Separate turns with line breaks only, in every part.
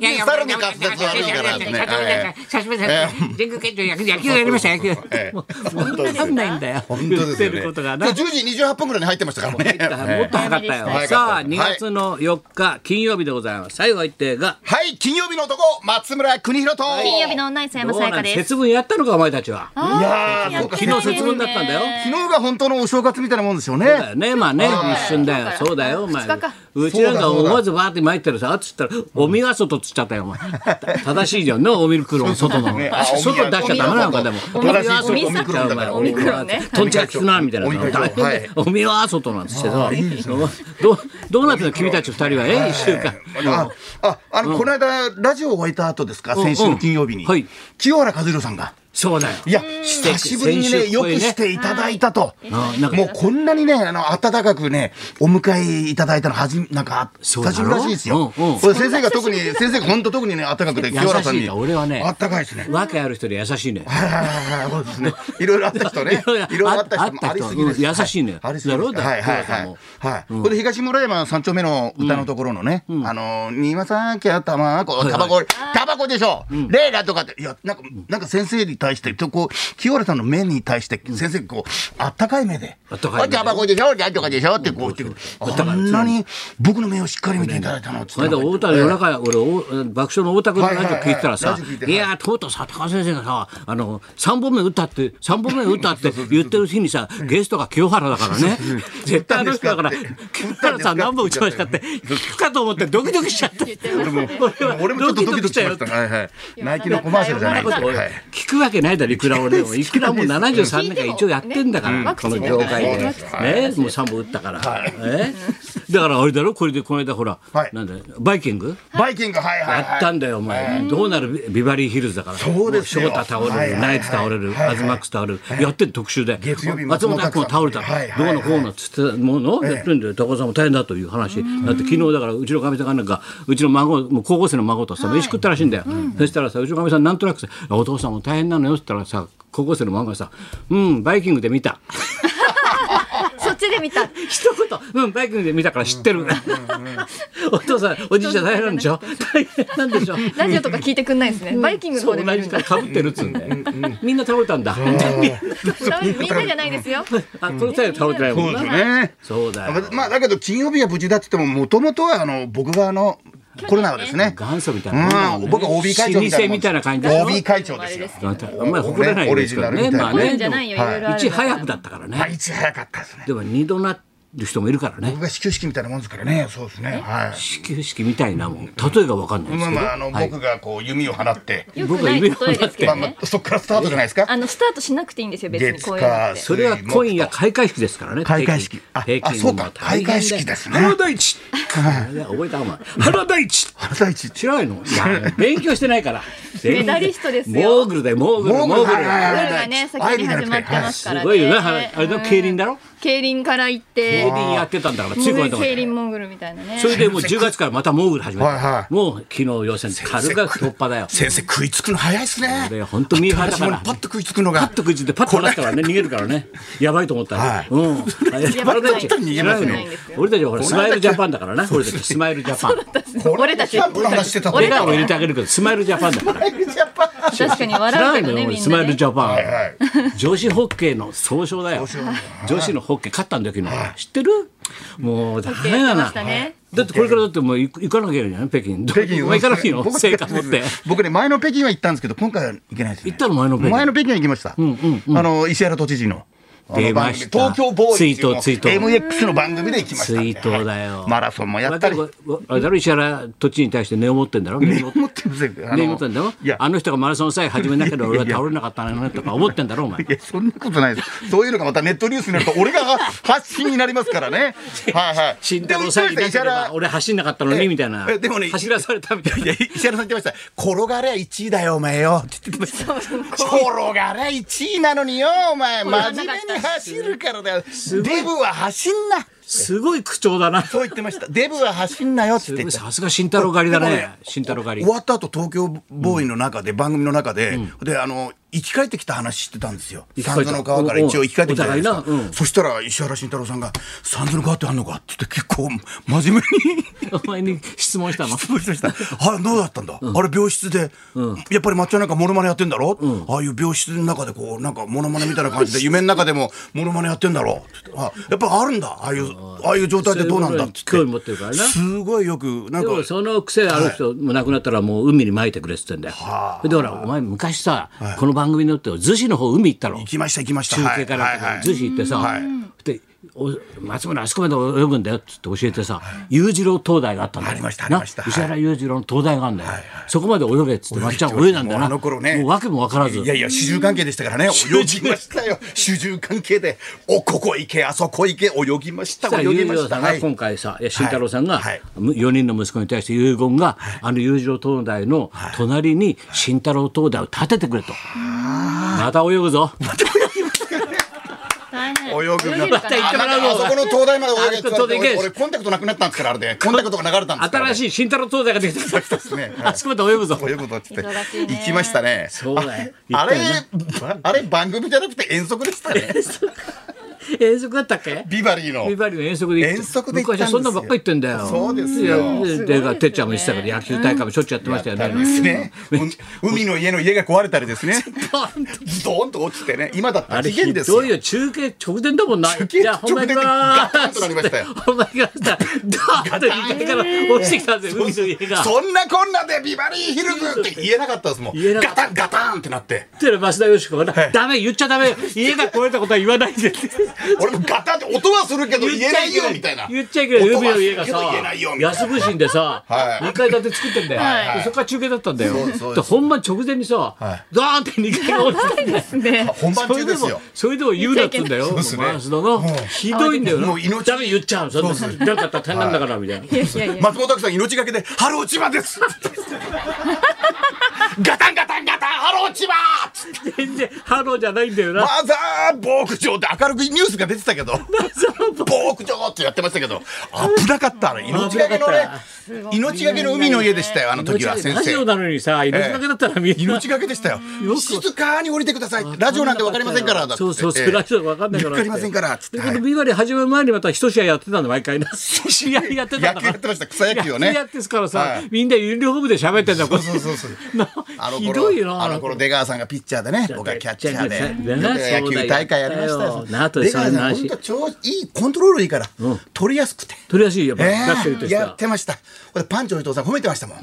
やいや
猿の滑舌悪いからね
いやいやいやいや社長さん
え
全国県庁野球野球やりました野球
ええ
もう
本当ですよ
わかんないんだよ
本当ですよ
言ってる
ね。
ことが
今
な
日10時28分ぐらいに入ってましたからね。
だからもっと早かった
早
よ、
かった
さあ
はい
2月の4日金曜日でございます最後は一定が
はい、金曜日の男、松村邦洋と。
金曜日のオンラインさやま
どう
さや
な
か
ん
です。
節分やったのかお前たちはい
やー、
や
そ
っ
うか、
て
昨
昨
日
日節分だったんだよ
昨日が本当のお正月みたいなもんですよ
そうだ
ね。
よねまあね一瞬だよそうだよお前うちなんか思わずバーって参ってるさあっつったら「おみが外」っつっちゃったよ お前正しいじゃんねおみくろン 外の
ねあ
外出しちゃダメなのかでも
お
みが
おみが外っつっちゃうお前
おみくろんね
とんちがきくなみたいな
おみくろん
大変だよおみは外なんつってさどうどうなってんの君たち二人はえ一週間
あ、あ、あの、この間、ラジオを終えた後ですか、先週の金曜日に
うんはい。
清原和博さんが。
そうだよ
いや、久しぶりに
先
ね、
週っ
よ
ぽいね
くしていただいたと。
あなんか
もうこんなにね、あの、暖かくね、お迎えいただいたのはじめ、なんか、
そうだ
久
ろ
しぶりらしいですよ。
うんうん
これ先生が特に、先生が本当特にね、暖かくて、
優
清原さん
しい
に。
か俺はね
暖かいですね。
訳ある人で優しいね
はいはいはいはい、 そうですね。いろいろあった人ね。
いろいろ
いろいろあった人も
ああ
あ
った
り
人
すぎです。
うん優しいのよ
はありすぎです
だろ
はいはい
だから
は
さ
い
も。
はい。これ東村山三丁目の歌のところのね、あの、にまさきゃたまこ、タバコ、タバコでしょレーダーとかって、いや、なんか、なんか先生に対して、とこう、清原さんの目に対して、先生がこう、あったかい目で。
あったかい目で
あタバコでしょレーダーとかでしょってこう言ってくる。あんなに僕の目をしっかり見ていただいたのって
この間太田の夜中、俺お爆笑の太田君のラジオ聞いてたらさ、
はいいはいはいラジオ聞いてはい
やーとうとうさ高橋先生がさあの3本目打ったって3本目打ったって言ってる日にさゲストが清原だからね絶対あの人だから
打ったんですかって
清原さん何本打ちましたって聞くかと思ってドキドキしちゃって俺も
俺もちょっとドキドキしま
よ
した。はいはい。ナイキのコマーシャルじゃないですけど。はい
聞くわけないだろいくら俺でもいくらもう73年間一応やってんだから、
ね
この業界で、
ワ
ね
クチ
もう3本打ったから、ねだからあれだろこれでこの間ほら、
はい
なんだよバイキング
バイキング、はいはいはい。
やったんだよ、お前。どうなるビビバリーヒルズだから。
そうですよ
もショータ倒れる、
はいはいはい
ナイツ倒れ
は
る、
いはい
アズマックス倒れる、やってる特集で。
月曜日
松本拓も倒れた。
はいはい
ど
は
う
い
のこうのっつってものを
ええ
やってるんで、高尾さんも大変だという話。だって昨日だから、うちのかみさんがなんか、うちの孫、もう高校生の孫とさ、飯食ったらしいんだよ。そしたらさ、うちのかみさんなんとなくさ、お父さんも大変なのよって言ったらさ、高校生の孫がさ、うん、バイキングで見た。
そっちで見た。
一言、うん、バイキングで見たから知ってる。 お父さん、おじいちゃん大変なんでしょ 大変なんでしょ
ラジオとか聞いてくんないですね。バイキングの
そ
方
う
で
同
見
じ
るん
人
だ。
かぶってるっつうんだよみんな倒れたん だ
みんなじゃないです よ。
あこの二人は倒れてないも
そ
ん
うで
な
すよね。
そうだよ
まあだけど金曜日は無事だって言ってももともとはあの僕があのコロナはですね。
元祖みたいな
うん、僕は OB 会長みたいなもん
老舗みたいな感じでしょ
OB 会長ですよ。
あんたお前誇れないんですから
オリ
ね
ジナ
まあ
ルみたいな
こうい
ね
うんじゃないよ。いろいろあ
う
る。
ち早くだったから
は
ね
い、いち早かったですね。
でも二度なる人もいるからね
僕が始球式みたいなもんですからね。そうですね。はい。
始球式みたいなもん例えが分かんないで
まあ
すけ
ま
ど
ああの
はい
僕がこう弓を放って、
よくないことですけ
ま
ど
あま
ね。
あそこからスタートじゃないですか。
あのスタートしなくていいんですよ。別に
月
こういうのっ
火
て。
それは今夜開会式ですからね
開会式あ
北京
あ
北京
そうか
も大変だ
開
よ
会式ですね
原大地いや覚えたお前原大地
朝一。
知らないのいや勉強してないから
メダリストですよ
モーグルだよモーグルモーグル
はいはい
ル
は
ー
い
ルがね先に始まってますからね。
すごいよね原あれの競輪だろ
競輪から行って
競。輪やってたんだからついこの間まで
競輪モーグルみたいなね
そ。れでもう10月からまたモーグル始めた、
はいはい
もう昨日予選軽々突破だよ
先生食いつくの早いですね。
で本当ミーハーだから
私もパッと食いつくのが。
パッと食いついてパッと離したからね逃げるからねやばいと思ったら、
はい
うん
やばくない
逃げますね
やばくないんですよ
俺たちはほらスマイルジャパンだからな俺たちスマイルジャパン
俺たち
キャンプの話してたの
俺
笑
た
顔を入れてあげるけどスマイルジャパンだから
やっぱ
ち確かに
知ら
笑
な
う
い
け
の
どね
よ、
みんなね。
俺スマイルジャパン、
はいはい
女子ホッケーの総称だよ女子のホッケー勝ったんだけど、知ってるもうダメ
ホッ
だ
ケーやってま
な、
したね
だってこれからだってもう行く行かなきゃいけないじゃない北京
北京
お前行かなきゃいけないの
僕
成果持って
僕ね前の北京は行ったんですけど今回は行けないですね
行ったの前の北京
前の北京は行きました、あの石原都知事のあ
出
の
ま
番
し
組
た
東京ボーイっていうのを
ツイートツイート
MX の番組で行きましたんで
追悼だよ、
はいマラソンもやったり
まあでもあれだろ石原土地に対して根を持ってんだろ根を持って
思ってませんあ
根を持ってんだろ
いや
あの人がマラソンさえ始めなければ俺はい
や
倒れなかったなとか思ってんだろお前
いやそんなことないですそういうのがまたネットニュースになると俺が発信になりますから ねはいはい
慎太郎さえいなければ俺走んなかったのにみたいな
えでもね
走らされたみたい
いや
な
石原さん言ってました「転がりゃ1位だよお前よ」って言ってました転がりゃ1位なのによお前真面目に走るからだよデブは走んな
すごい口調だな
そう 言ってましたデブは走んなよって言って
さすが慎太郎狩りだ
でも
ね
ね
慎太郎狩り
終わった後東京ボーイの中で、番組の中で、であの生き返ってきた話してたんですよ
生き返
三
った
途の川から一応生き返ってきたじゃないです
お
か、
互いなうん
そしたら石原慎太郎さんが「三途の川ってあんのか?」って言って結構真面目に
お前に質問したの
質問しました「 あれどうだったんだ、あれ病室で、やっぱり抹茶なんかモノマネやってんだろ、ああいう病室の中でこうなんかモノマネみたいな 感じで夢の中でもモノマネやってんだろ」って言ってあやっぱあるんだああいうああいう状態でどうなんだ」って
興味
言
持
っ
ってるから
て
な
すごいよくなん
で
か
もその癖ある人もう亡くなったらもう海に撒いてくれって言ってんだよ。だからお前昔さ、この番組によっては逗子の方海行ったろ
行きました行きました
中継から
はいはいはい
逗子行ってさ、
はい
でお松村あそこまで泳ぐんだよっつって教えてさ裕次郎灯台があったんだよ
ありましたあり
な
ましたはい
石原裕次郎の灯台があるんだよ、そこまで泳げっつってまっちゃん泳いだんだ
もう
よな
あの頃ね
もう訳も分からず
いやいや、主従関係でしたからね。泳ぎましたよ。主従関係で、お、ここ行け、あそこ行け、泳ぎました、
さあ
泳ぎ
裕次
ま
郎
し
さ
た。
んが
はい
今回さ、いや慎太郎さんが
はい
4人の息子に対して遺言が、あの裕次郎灯台の隣に慎太郎灯台を建ててくれと、また泳ぐぞ
大変
泳ぐな
るか
また行っ
あ
てもらうぞ
あそこの灯台まで泳げって言われ
あそこ灯台
て
行け
俺俺コンタクトなくなったんですからあれでコンタクトが流れたんですから
新
ね
しい慎太郎灯台ができてきた
すねはい
あそこまで泳ぐぞ
こういうことっつって
忙しいね
行きましたね
そうだよ
あれ
行っ
ばあれ番組じゃなくて遠足でしたね
遠足だったっけ
ビバリーの
ビバリーの遠足で行って
遠足で行ったん
昔
で
は
すよ
そんなばっかり言ってんだよ
そうですよ
いやででてっちゃんも言ってたから野球大会もしょっちゅうやってましたよ
あ
ね
れですねうん海の家の家が壊れたりですねドーンと落ちてね今だった
あ
ら
れ
危
ひ
険ですよ
どいよ中継直前だもんな
中継
じゃあ本番行きま
直前でガタ
ー
ンと
す
なりま したよ
お前がさダーッと2階から落ちてきたんですよ海の家が
そんなこんなでビバリーヒルズって言えなかったですもん。
言えなか
ガ
った
タンガタンってなって。
ってる増田佳子がなダメ言っちゃダメよ家が壊れたことは言わないでって
俺もガタンって音はするけど言えないよみたいな。
言っちゃいけない
音
海
は
の
す
家
る
が
けど言えないよ
さ
みたいな
安伏しんでさ
はい
2階建て作ってんだよ
はい
でそこから中継だったんだよ
そうそうです
で本番直前にさ
はい
ダーンって2階が落ちてんだ よ
ね
本番
それ
中
で
です
も
よ。
それでも言うなっつうんだよ
うですね
マウスだなひどいんだよな
もう命
ダメ言っちゃうそんななんかあったら大変なんだからみたいない
やいやいや
松本拓さん命がけで「ハロー千葉 です」ガタンガタンガタンハロー千葉」つって
全然ハローじゃないんだよな
マザー牧場」って明るくニュースが出てたけど牧場ってやってましたけど危なかったあれ命がけのね命がけの海の家でしたよあの時は先
ラジ
生
オなのにさ命だけだったらみんな
命がけでしたよ
く
静かに降りてくださいラジオなんて分かりませんからだって
そうそうそう、
ええ
ラジオわかんないから
わかりませんからつって
でこのビバリー始まる前にまた一試合やってたの毎 回な試合やってたんだから
野球やってました草野球をね
野 やってすからさ、
はい
みんなユニフォームで喋ってんだ
そうそうそうそう
な
あの
ひどい
頃
な
あの頃出川さんがピッチャーでね僕はキャッチャーで
キャッチャーで
で野球大会やりました
そ
よ
うだよなあとで
出
そんな
川さん本
話
当超いいコントロールいいから取りやすくて
取りやすいよやっ
え
ぱ、出してると
え
した
や
ら
ってましたこれパンチョ伊藤さん褒めてましたもん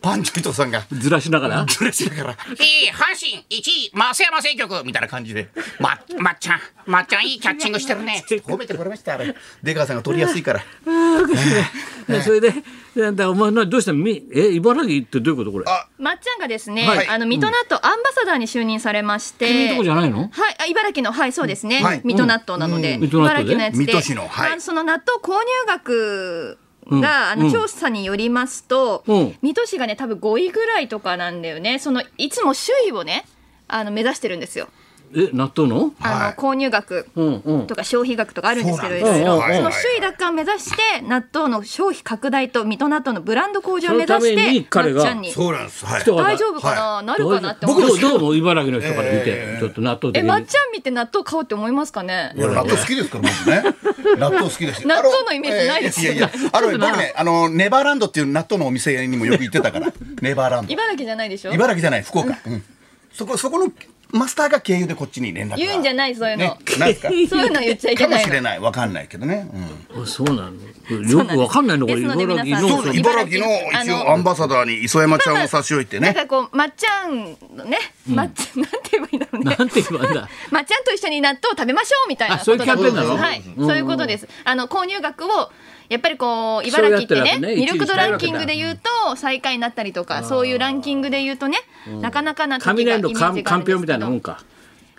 パンチョ伊藤さんが
ずらしながら
嬉しいから
1位、阪神、1位、増山選挙区みたいな感じで。ま、まっちゃん、まっちゃんいいキャッチングしてるね。
褒めてもらいましたあれ出川さんが取りやすいから
でそれでなんだお前などうしたのみえ茨城ってどういうことこれ
あ
まっちゃんがですね、
はい
あの水戸納豆アンバサダーに就任されまして、
君のとこじゃないの
はい、あ茨城のはいそうですね、
はい
水戸納豆なので、
ん水戸納
茨
豆で
城のやつで
水戸市のはい
まあその納豆購入額が、
うん
あ
う
の
ん
調査によりますと、
うん
水戸市がね多分5位ぐらいとかなんだよねそのいつも首位をねあの目指してるんですよ
え納豆の
あの、
はい
購入額
うんうん
とか消費額とかあるんですけどい
そうなん
ろ
です
い
よ
ろ
はい
その首位奪還を目指して納豆の消費拡大と水戸納豆のブランド向上を目指
そのため
し
に
てまっ
彼が
ちゃんに
そうなんですはい
人が
大丈夫かな、なるかなって思
僕
いま
どう
す
どうも茨城の人から見て、ちょっと納豆
え
的に
まっちゃん見て納豆買おうって思いますかね
いや納豆好きですから僕 ね納豆好きです
納豆のイメージないですよ
いやいやあの僕ねあのネバーランドっていう納豆のお店にもよく行ってたから ネバーランド
茨城じゃないでしょ
茨城じゃない福岡、うんそこそこのマスターが経由でこっちに連絡が
言うんじゃないそういうの、
ねなんですかか
そういうの言っちゃいけ
も
ない
し
の
れないわかんないけどね、うん
あそうなのよくわかんないのこれ
ですので
茨城
皆
の
さん
その
う茨城の
茨城の
あ
一
の
応アンバサダーに磯山ちゃんを差し置いて
なん
ね
かこうまっちゃんのね、まっちゃん なんて言えばいいんだろうね
なんて言うんだ
まっちゃんと一緒に納豆を食べましょうみたいな
あそういう
ことだと思
キャンペーンなの
はい、そういうことです。あの購入額をやっぱりこう茨城って
そうや
ね
ってるわけね
魅力度ランキングで言うと最下位になったりとかそういうランキングで言うとね、なかなかな時がイメ
雷のか
ー
ん
ジ
か
があ
ん
るんです
ぴょうみ
け
たいな
ど
もんか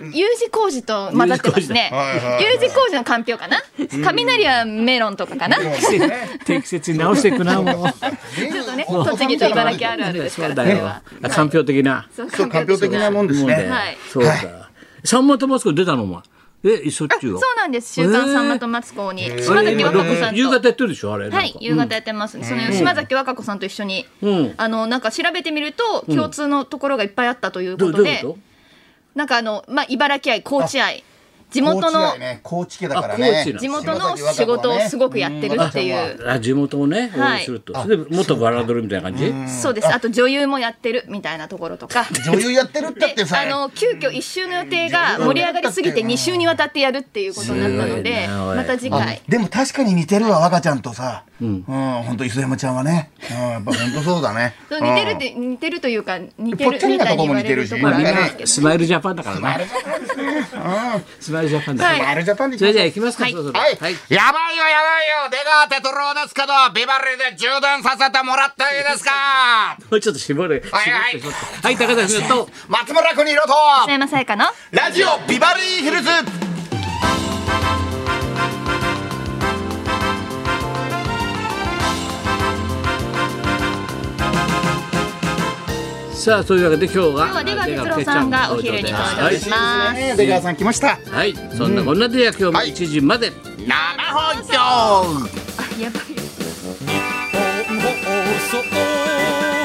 U 字工事と混ざってますね
はいはいはい
U 字工事のかんぴょうかな雷はメロンとかかなち
適切に直していくなもう
ょっとね栃木と茨城あるあるですか
そ
らそ
うだ
れ
よ
は
あかんぴょう的な
そう
そう
か
環
んぴょ
境
う的
的なもんです
もん
ね
だよ
はい
そうださんまとマスコ出たのお前えしょっちゅう
そ
は
うなんです週刊さんまとマツコに島崎和歌子さん
夕
と
方やってるでしょあれなんか
はい、夕方やってます、その島崎和歌子さんと一緒に、
うん
あのなんか調べてみると共通のところがいっぱいあったという
ど
こ
うど
と
うい
で、
うこ
なんかあの、まあ、茨城愛高知愛地元
高知だ
の
よね高知家だから
あ高知
ね
な
地元の仕事をすごくやってるっていう。
あ地元をね応
はい
援すると、それで元バラドルみたいな感じ
そうですあと女優もやってるみたいなところと か
女優やってるってっ
で
てさ
あの急遽一週の予定が盛り上がりすぎて二週にわたってやるっていうことになったので、
すごいねおい
また次回
でも確かに似てるわ若ちゃんとさうん本当磯山ちゃんはねうんやっぱ本当そうだね
そう似てるって似てるというか似て
ぽっ
る
ちゃり
み
な
た
と
い
こ
に
も似
言わ
て
れ
る
る
し
と
ね
ころあり
みん
ま
な
すけど、
スマイルジャパンだからねスマイルジャパンだから、
はい
あれジャパンで
それじゃあ行きますか、
はい
そろそろ
はい
はい
やばいよやばいよ出川哲朗ですけどビバリーで充電させてもらっていいですか
もうちょっと絞る。絞っ
はいはい
て絞ってはい、高田君と。
松村邦洋と
篠山さやかの
ラジオビバリーヒルズ
さあ、そういうわけで、今日
今
は。
日は出川哲朗さんがお昼に登場
はい
します。
ね出川さん来ました
はい、そんなこんなで、今日も1時まで。
生放送
あやばい
放送